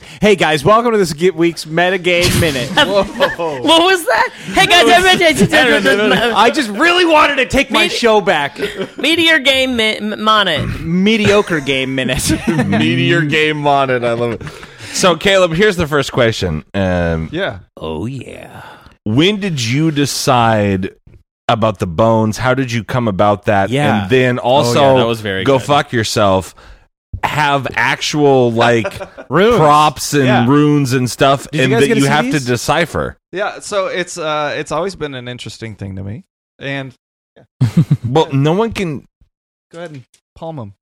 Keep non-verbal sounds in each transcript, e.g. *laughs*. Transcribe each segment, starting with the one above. Hey guys, welcome to this Get Week's Metagame *laughs* Minute. What was that? Hey guys, *laughs* I'm I just really wanted to take my Medi- show back. Meteor Game mi- m- Monet. *laughs* Mediocre Game *laughs* Minute. *laughs* Meteor game on it. I love it. So, Caleb, here's the first question. Um, Yeah. Oh yeah. when did you decide about the bones? How did you come about that? Yeah. And then also, Oh, yeah, that was very go good. fuck yourself. Have actual like *laughs* Runes. props and Yeah. runes and stuff, Did you and guys that get to you see have these? to decipher. Yeah. So it's uh it's always been an interesting thing to me. And Well, no one can, go ahead and palm them.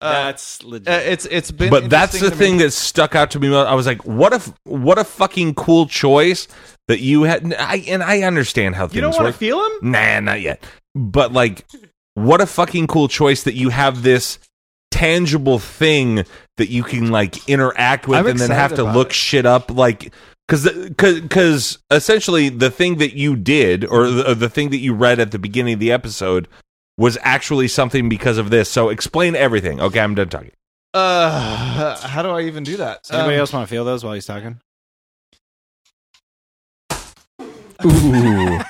Uh, That's legit. it's it's been but that's the interesting to me. thing that stuck out to me. I was like, what if, what a fucking cool choice that you had. And I, and I understand how you things don't want work. to feel him? Nah, not yet. But like, what a fucking cool choice that you have this tangible thing that you can like interact with I'm and then excited have to about look it. shit up like because because essentially the thing that you did or the, the thing that you read at the beginning of the episode was actually something because of this so explain everything okay i'm done talking Uh, *sighs* how do I even do that? Does anybody Um, else want to feel those while he's talking? *laughs* Ooh.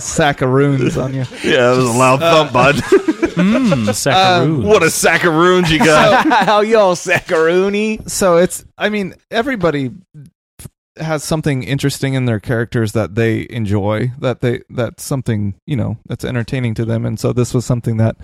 sack of runes on you. yeah that was a loud Uh, thump bud *laughs* Um, what a sack of runes *laughs* you got *laughs* How y'all, Saccaroni? So it's I mean everybody has something interesting in their characters that they enjoy that they that's something you know that's entertaining to them and so this was something that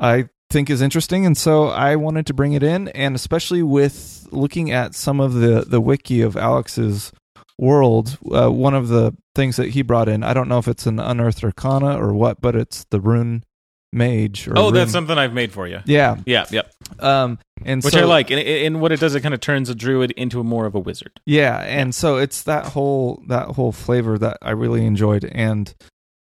I think is interesting and so I wanted to bring it in and especially with looking at some of the the wiki of Alex's world uh, one of the things that he brought in I don't know if it's an unearthed arcana or what but it's the rune mage or Oh, that's rune- something I've made for you. yeah Yeah, yeah. um and Which so, I like. And, and what it does, it kind of turns a druid into a more of a wizard. Yeah, and so it's that whole that whole flavor that I really enjoyed, and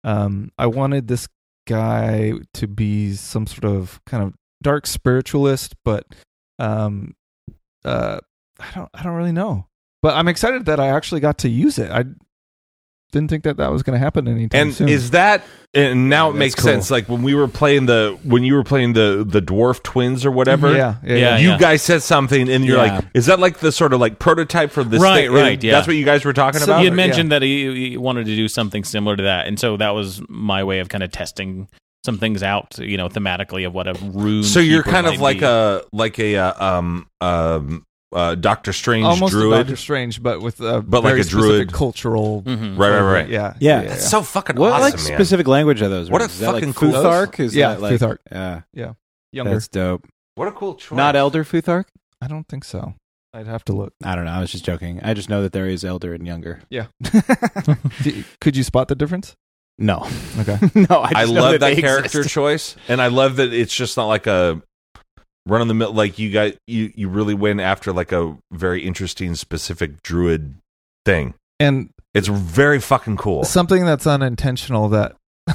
um, I wanted this guy to be some sort of kind of dark spiritualist, but um, uh, I don't I don't really know, but I'm excited that I actually got to use it. I didn't think that that was going to happen anytime And soon. is that and now Yeah, it that's makes cool. sense? Like when we were playing the when you were playing the the dwarf twins or whatever. yeah, yeah, Yeah. yeah. You guys said something, and you're Yeah. like, "Is that like the sort of like prototype for this?" Right, thing? right, And yeah. That's what you guys were talking So about. He had yeah. mentioned that he, he wanted to do something similar to that. And so that was my way of kind of testing some things out, you know, thematically of what a rune. so you're keeper kind of might like be. a like a uh, um um uh, Doctor Strange almost a druid, Doctor Strange, but with a But like very a specific druid. Mm, cultural. *laughs* Mhm. right, right, right. Yeah, Yeah. That's so fucking What awesome, like man. specific language are those? What a runes? Is that, like, fucking cool- Futhark? Is Yeah, that, like, Futhark. Yeah, younger. that's dope. What a cool choice. Not Elder Futhark. I don't think so. I'd have to look. I don't know. I was just joking. I just know that there is elder and younger. Yeah. D- Could you spot the difference? *laughs* No, *laughs* Okay. no. I, just I know love that, they character *laughs* exist. choice, and I love that it's just not like a run of the mill. Like you got you you really went after like a very interesting specific druid thing. And It's very fucking cool. something that's unintentional that *laughs*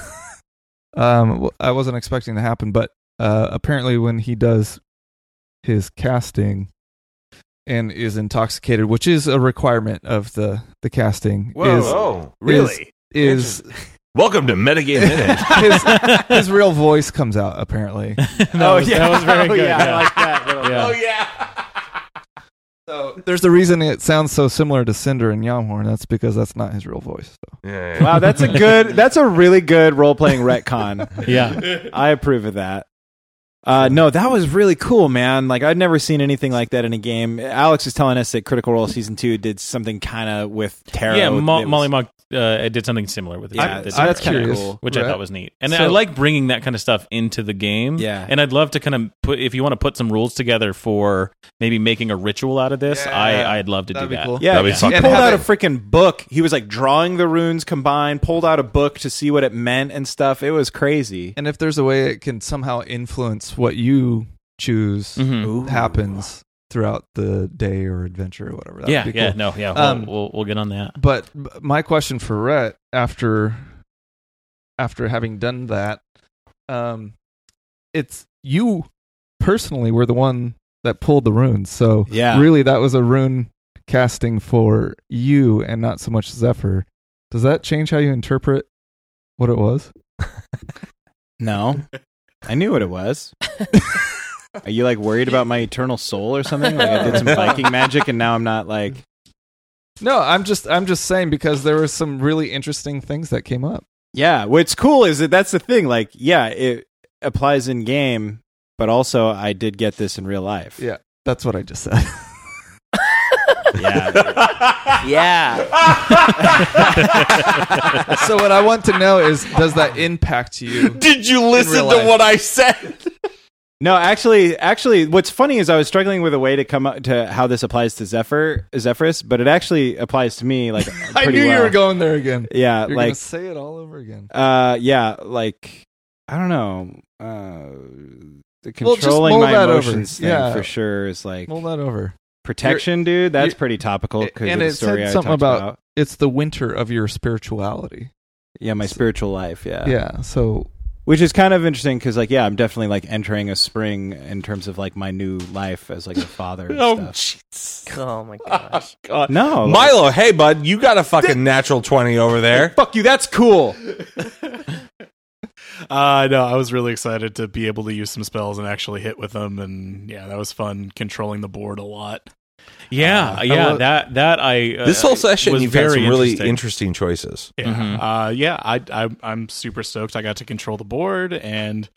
um w- I wasn't expecting to happen, but uh apparently when he does his casting and is intoxicated, which is a requirement of the the casting is oh, really? is Welcome to Metagame Minute. his, his real voice comes out *laughs* apparently. That was- That was *laughs* very Oh, good. yeah, I yeah. like that. little- Oh, Oh, Yeah. So there's the reason it sounds so similar to Cinder and Yamhorn, that's because that's not his real voice. So. Yeah, yeah. Wow, that's a good. That's a really good role playing retcon. *laughs* Yeah. I approve of that. Uh, no, that was really cool, man. Like I'd never seen anything like that in a game. Alex is telling us that Critical Role Season Two did something kind of with tarot. Yeah, that Mo- was- Molly Mock uh, did something similar with it. Yeah, They did that's kinda curious. which I Right. thought was neat. And So- I like bringing that kind of stuff into the game. Yeah. and I'd love to kind of put if you want to put some rules together for maybe making a ritual out of this. Yeah. I I'd love to That'd do be that. cool. Yeah, That'd be he fucking pulled cool. out a freaking book. He was like drawing the runes combined, pulled out a book to see what it meant and stuff. It was crazy. And if there's a way it can somehow influence what you choose Mhm. happens throughout the day or adventure or whatever. That Yeah, would be yeah, cool. no, yeah. We'll, Um, we'll we'll get *laughs* on that. But b- my question for Rhett after after having done that, um, it's you personally were the one that pulled the runes. So Yeah. really, that was a rune casting for you and not so much Zephyr. Does that change how you interpret what it was? *laughs* No, I knew what it was. Are you like worried about my eternal soul or something? Like I did *laughs* some Viking magic and now I'm not like No, I'm just I'm just saying because there were some really interesting things that came up. Yeah, what's cool is that that's the thing. Like, yeah, it applies in game, but also I did get this in real life. Yeah. That's what I just said. Yeah. Yeah. *laughs* so what I want to know is does that impact *laughs* you? Did you listen real to life. what I said? No, actually, actually, what's funny is I was struggling with a way to come up to how this applies to Zephyr, Zephyrus, but it actually applies to me. Like, *laughs* I pretty knew you well. were going there again. Yeah, You're gonna like, say it all over again. uh, yeah, like, I don't know. Uh, the Well, just controlling mull my that over. emotions thing Yeah. for sure is like Mull that over. protection, dude. That's you're- pretty topical because and of the it said story I something talked about- about, It's the winter of your spirituality. Yeah, my spiritual life. Yeah, yeah. So which is kind of interesting because like yeah i'm definitely like entering a spring in terms of like my new life as like a father *laughs* and stuff. jeez. Oh *laughs* my gosh. God. no like, Milo, hey bud, you got a fucking natural twenty over there. fuck you that's cool Uh, no, I was really excited to be able to use some spells and actually hit with them, and yeah, that was fun controlling the board a lot. Yeah. Uh, yeah. hello. That, that I. Uh, This whole session, was you've had very some really interesting. interesting choices. Yeah, Mhm. uh, yeah, I, I, I'm super stoked. I got to control the board, and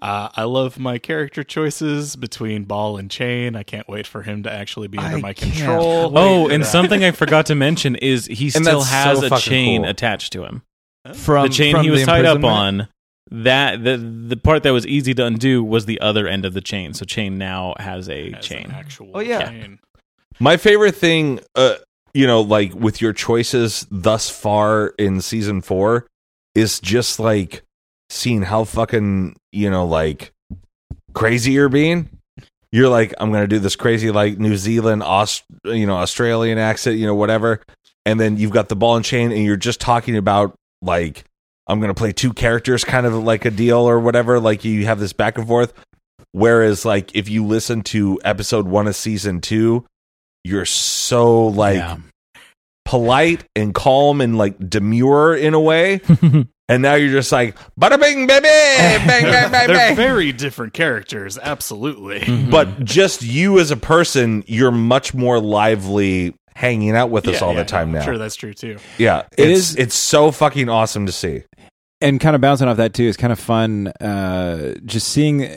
uh, I love my character choices between ball and chain. I can't wait for him to actually be under I my can't control. Oh, and Yeah. something I *laughs* forgot to mention is he still that's has so a fucking chain cool. attached to him. from the chain from he was the tied up imprisonment- on, that the the part that was easy to undo was the other end of the chain. So chain now has a As an chain. actual Oh, yeah. chain. My favorite thing, uh, you know, like with your choices thus far in season four, is just like seeing how fucking you know, like crazy you're being. You're like, I'm gonna do this crazy like New Zealand, Aust- you know, Australian accent, you know, whatever. And then you've got the ball and chain, and you're just talking about like, I'm gonna play two characters, kind of like a deal or whatever. Like you have this back and forth. Whereas, like, if you listen to episode one of season two, you're so like Yeah. polite and calm and like demure in a way. and now you're just like, bada bing, baby, bang, bang, bang, *laughs* They're bang. very different characters, absolutely. Mhm. But just you as a person, you're much more lively hanging out with us Yeah, all yeah, the time yeah, now. I'm sure that's true too. yeah, It it's, is- It's so fucking awesome to see. and kind of bouncing off that too is kind of fun uh just seeing uh,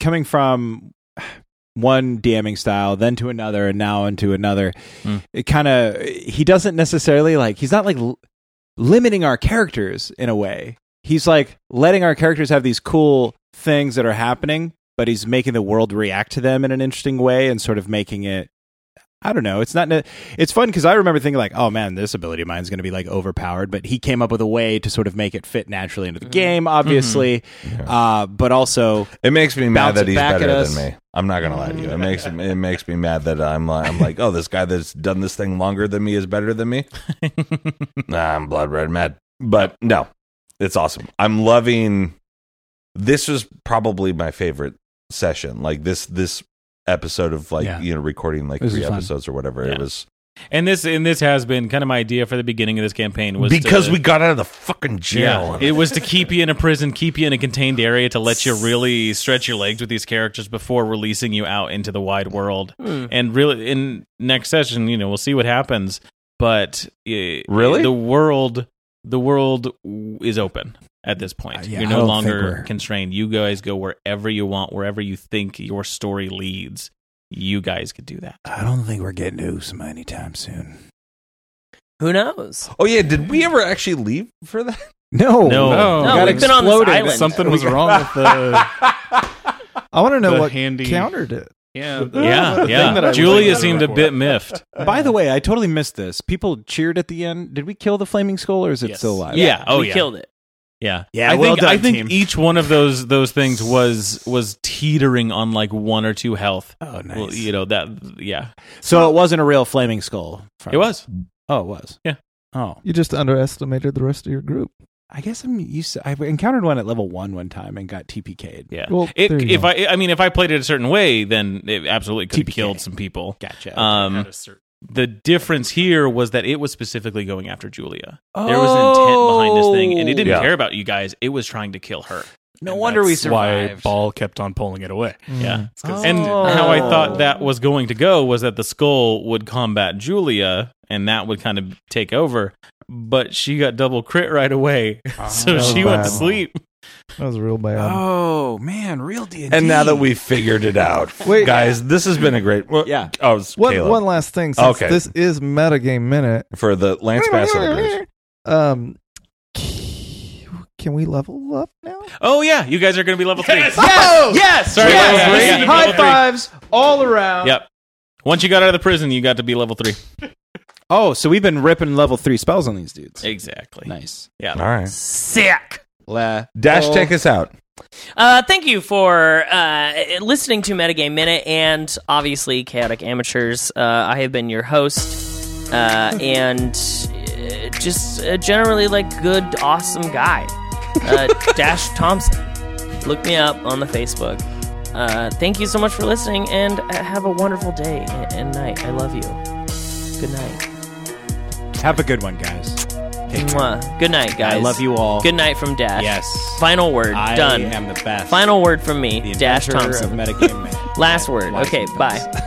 coming from one DMing style, then to another, and now into another. Hmm. It kind of he doesn't necessarily like he's not like l- limiting our characters in a way. He's like letting our characters have these cool things that are happening, but he's making the world react to them in an interesting way and sort of making it. I don't know. It's not. ne- It's fun because I remember thinking like, "Oh man, this ability of mine is going to be like overpowered," but he came up with a way to sort of make it fit naturally into the game, obviously, uh, but also It makes me Bounce mad it that he's back better at than us. me. I'm not gonna lie to you. It makes it makes me mad that I'm like I'm like, oh, this guy that's done this thing longer than me is better than me. nah, I'm blood red mad. But no, it's awesome. I'm loving. This was probably my favorite session. Like this this episode of like Yeah. you know recording like This three was fun. episodes or whatever. It Yeah. was *laughs* and this and this has been kind of my idea for the beginning of this campaign was because to- we got out of the fucking Yeah, jail. it was to keep you in a prison, keep you in a contained area to let you really stretch your legs with these characters before releasing you out into the wide world. Hmm. And really, in next session, you know, we'll see what happens. But eh, Really? the world, the world w- is open at this point. Uh, yeah, You're I no don't think longer we're- constrained. You guys go wherever you want, wherever you think your story leads. You guys could do that. I don't think we're getting to Usama anytime soon. Who knows? oh yeah, did we ever actually leave for that? *laughs* No, No. No, Oh, We got we've been on this exploded. island. Something was wrong with the, I want to know the what handy. countered it. Yeah, the- Yeah, Ah, the thing that I yeah. was Julia excited seemed a for. bit miffed. By the way, I totally missed this. People cheered at the end. Did we kill the flaming skull, or is it Yes. still alive? Yeah. Oh, we yeah. killed it. Yeah, Yeah, I well think I done, think team. each one of those those things was was teetering on like one or two health. Oh, nice. Well, you know that. Yeah, so it wasn't a real flaming skull. from- it was. Oh, it was. Yeah. Oh, You just underestimated the rest of your group. I guess I'm used. To, I encountered one at level one one time and got TPK'd. Yeah. Well, it, there you if go. I I mean if I played it a certain way, then it absolutely could have TPK. killed some people. Gotcha. Um, Had a certain- the difference here was that it was specifically Oh. going after Julia. There was an intent behind this thing, and it didn't Yeah. care about you guys. It was trying to kill her. No And wonder we that's why survived. Ball kept on pulling it away. Mm. Yeah. It's 'cause- And how I thought that was going to go was that the skull would combat Julia and that would kind of take over, but she got double crit right away. *laughs* so that was she went bad. to sleep. That was real bad. Oh man, real D. And now that we've figured it out, Wait. guys, this has been a great. Well, *laughs* Yeah. Oh, it's One, Caleb. one last thing. Since Okay. This is metagame minute. for the *laughs* Lance *laughs* Bass listeners. Um, can we level up now? Oh, yeah. You guys are going to be level three. Yes, yes, Sorry, yes. level three. High Level three. fives all around. Yep. Once you got out of the prison, you got to be level three. Oh, so we've been ripping level three spells on these dudes. Exactly. Nice. Yeah. All right. Sick. La- Dash, oh. take us out. Uh, thank you for uh, listening to Metagame Minute and obviously Chaotic Amateurs. Uh, I have been your *laughs* host uh, and uh, just uh, generally like good, awesome guy. *laughs* Uh, Dash Thompson. Look me up on the Facebook. Uh, thank you so much for listening and uh, have a wonderful day and- and night. I love you. Good night. Have a good one, guys. Mwah. Good night, guys. I love you all. Good night from Dash. Yes. Final word. I Done. am the best. Final word from me, the Dash inventor Thompson. Of metagame. Last word. Wise Okay, and bye. dumb.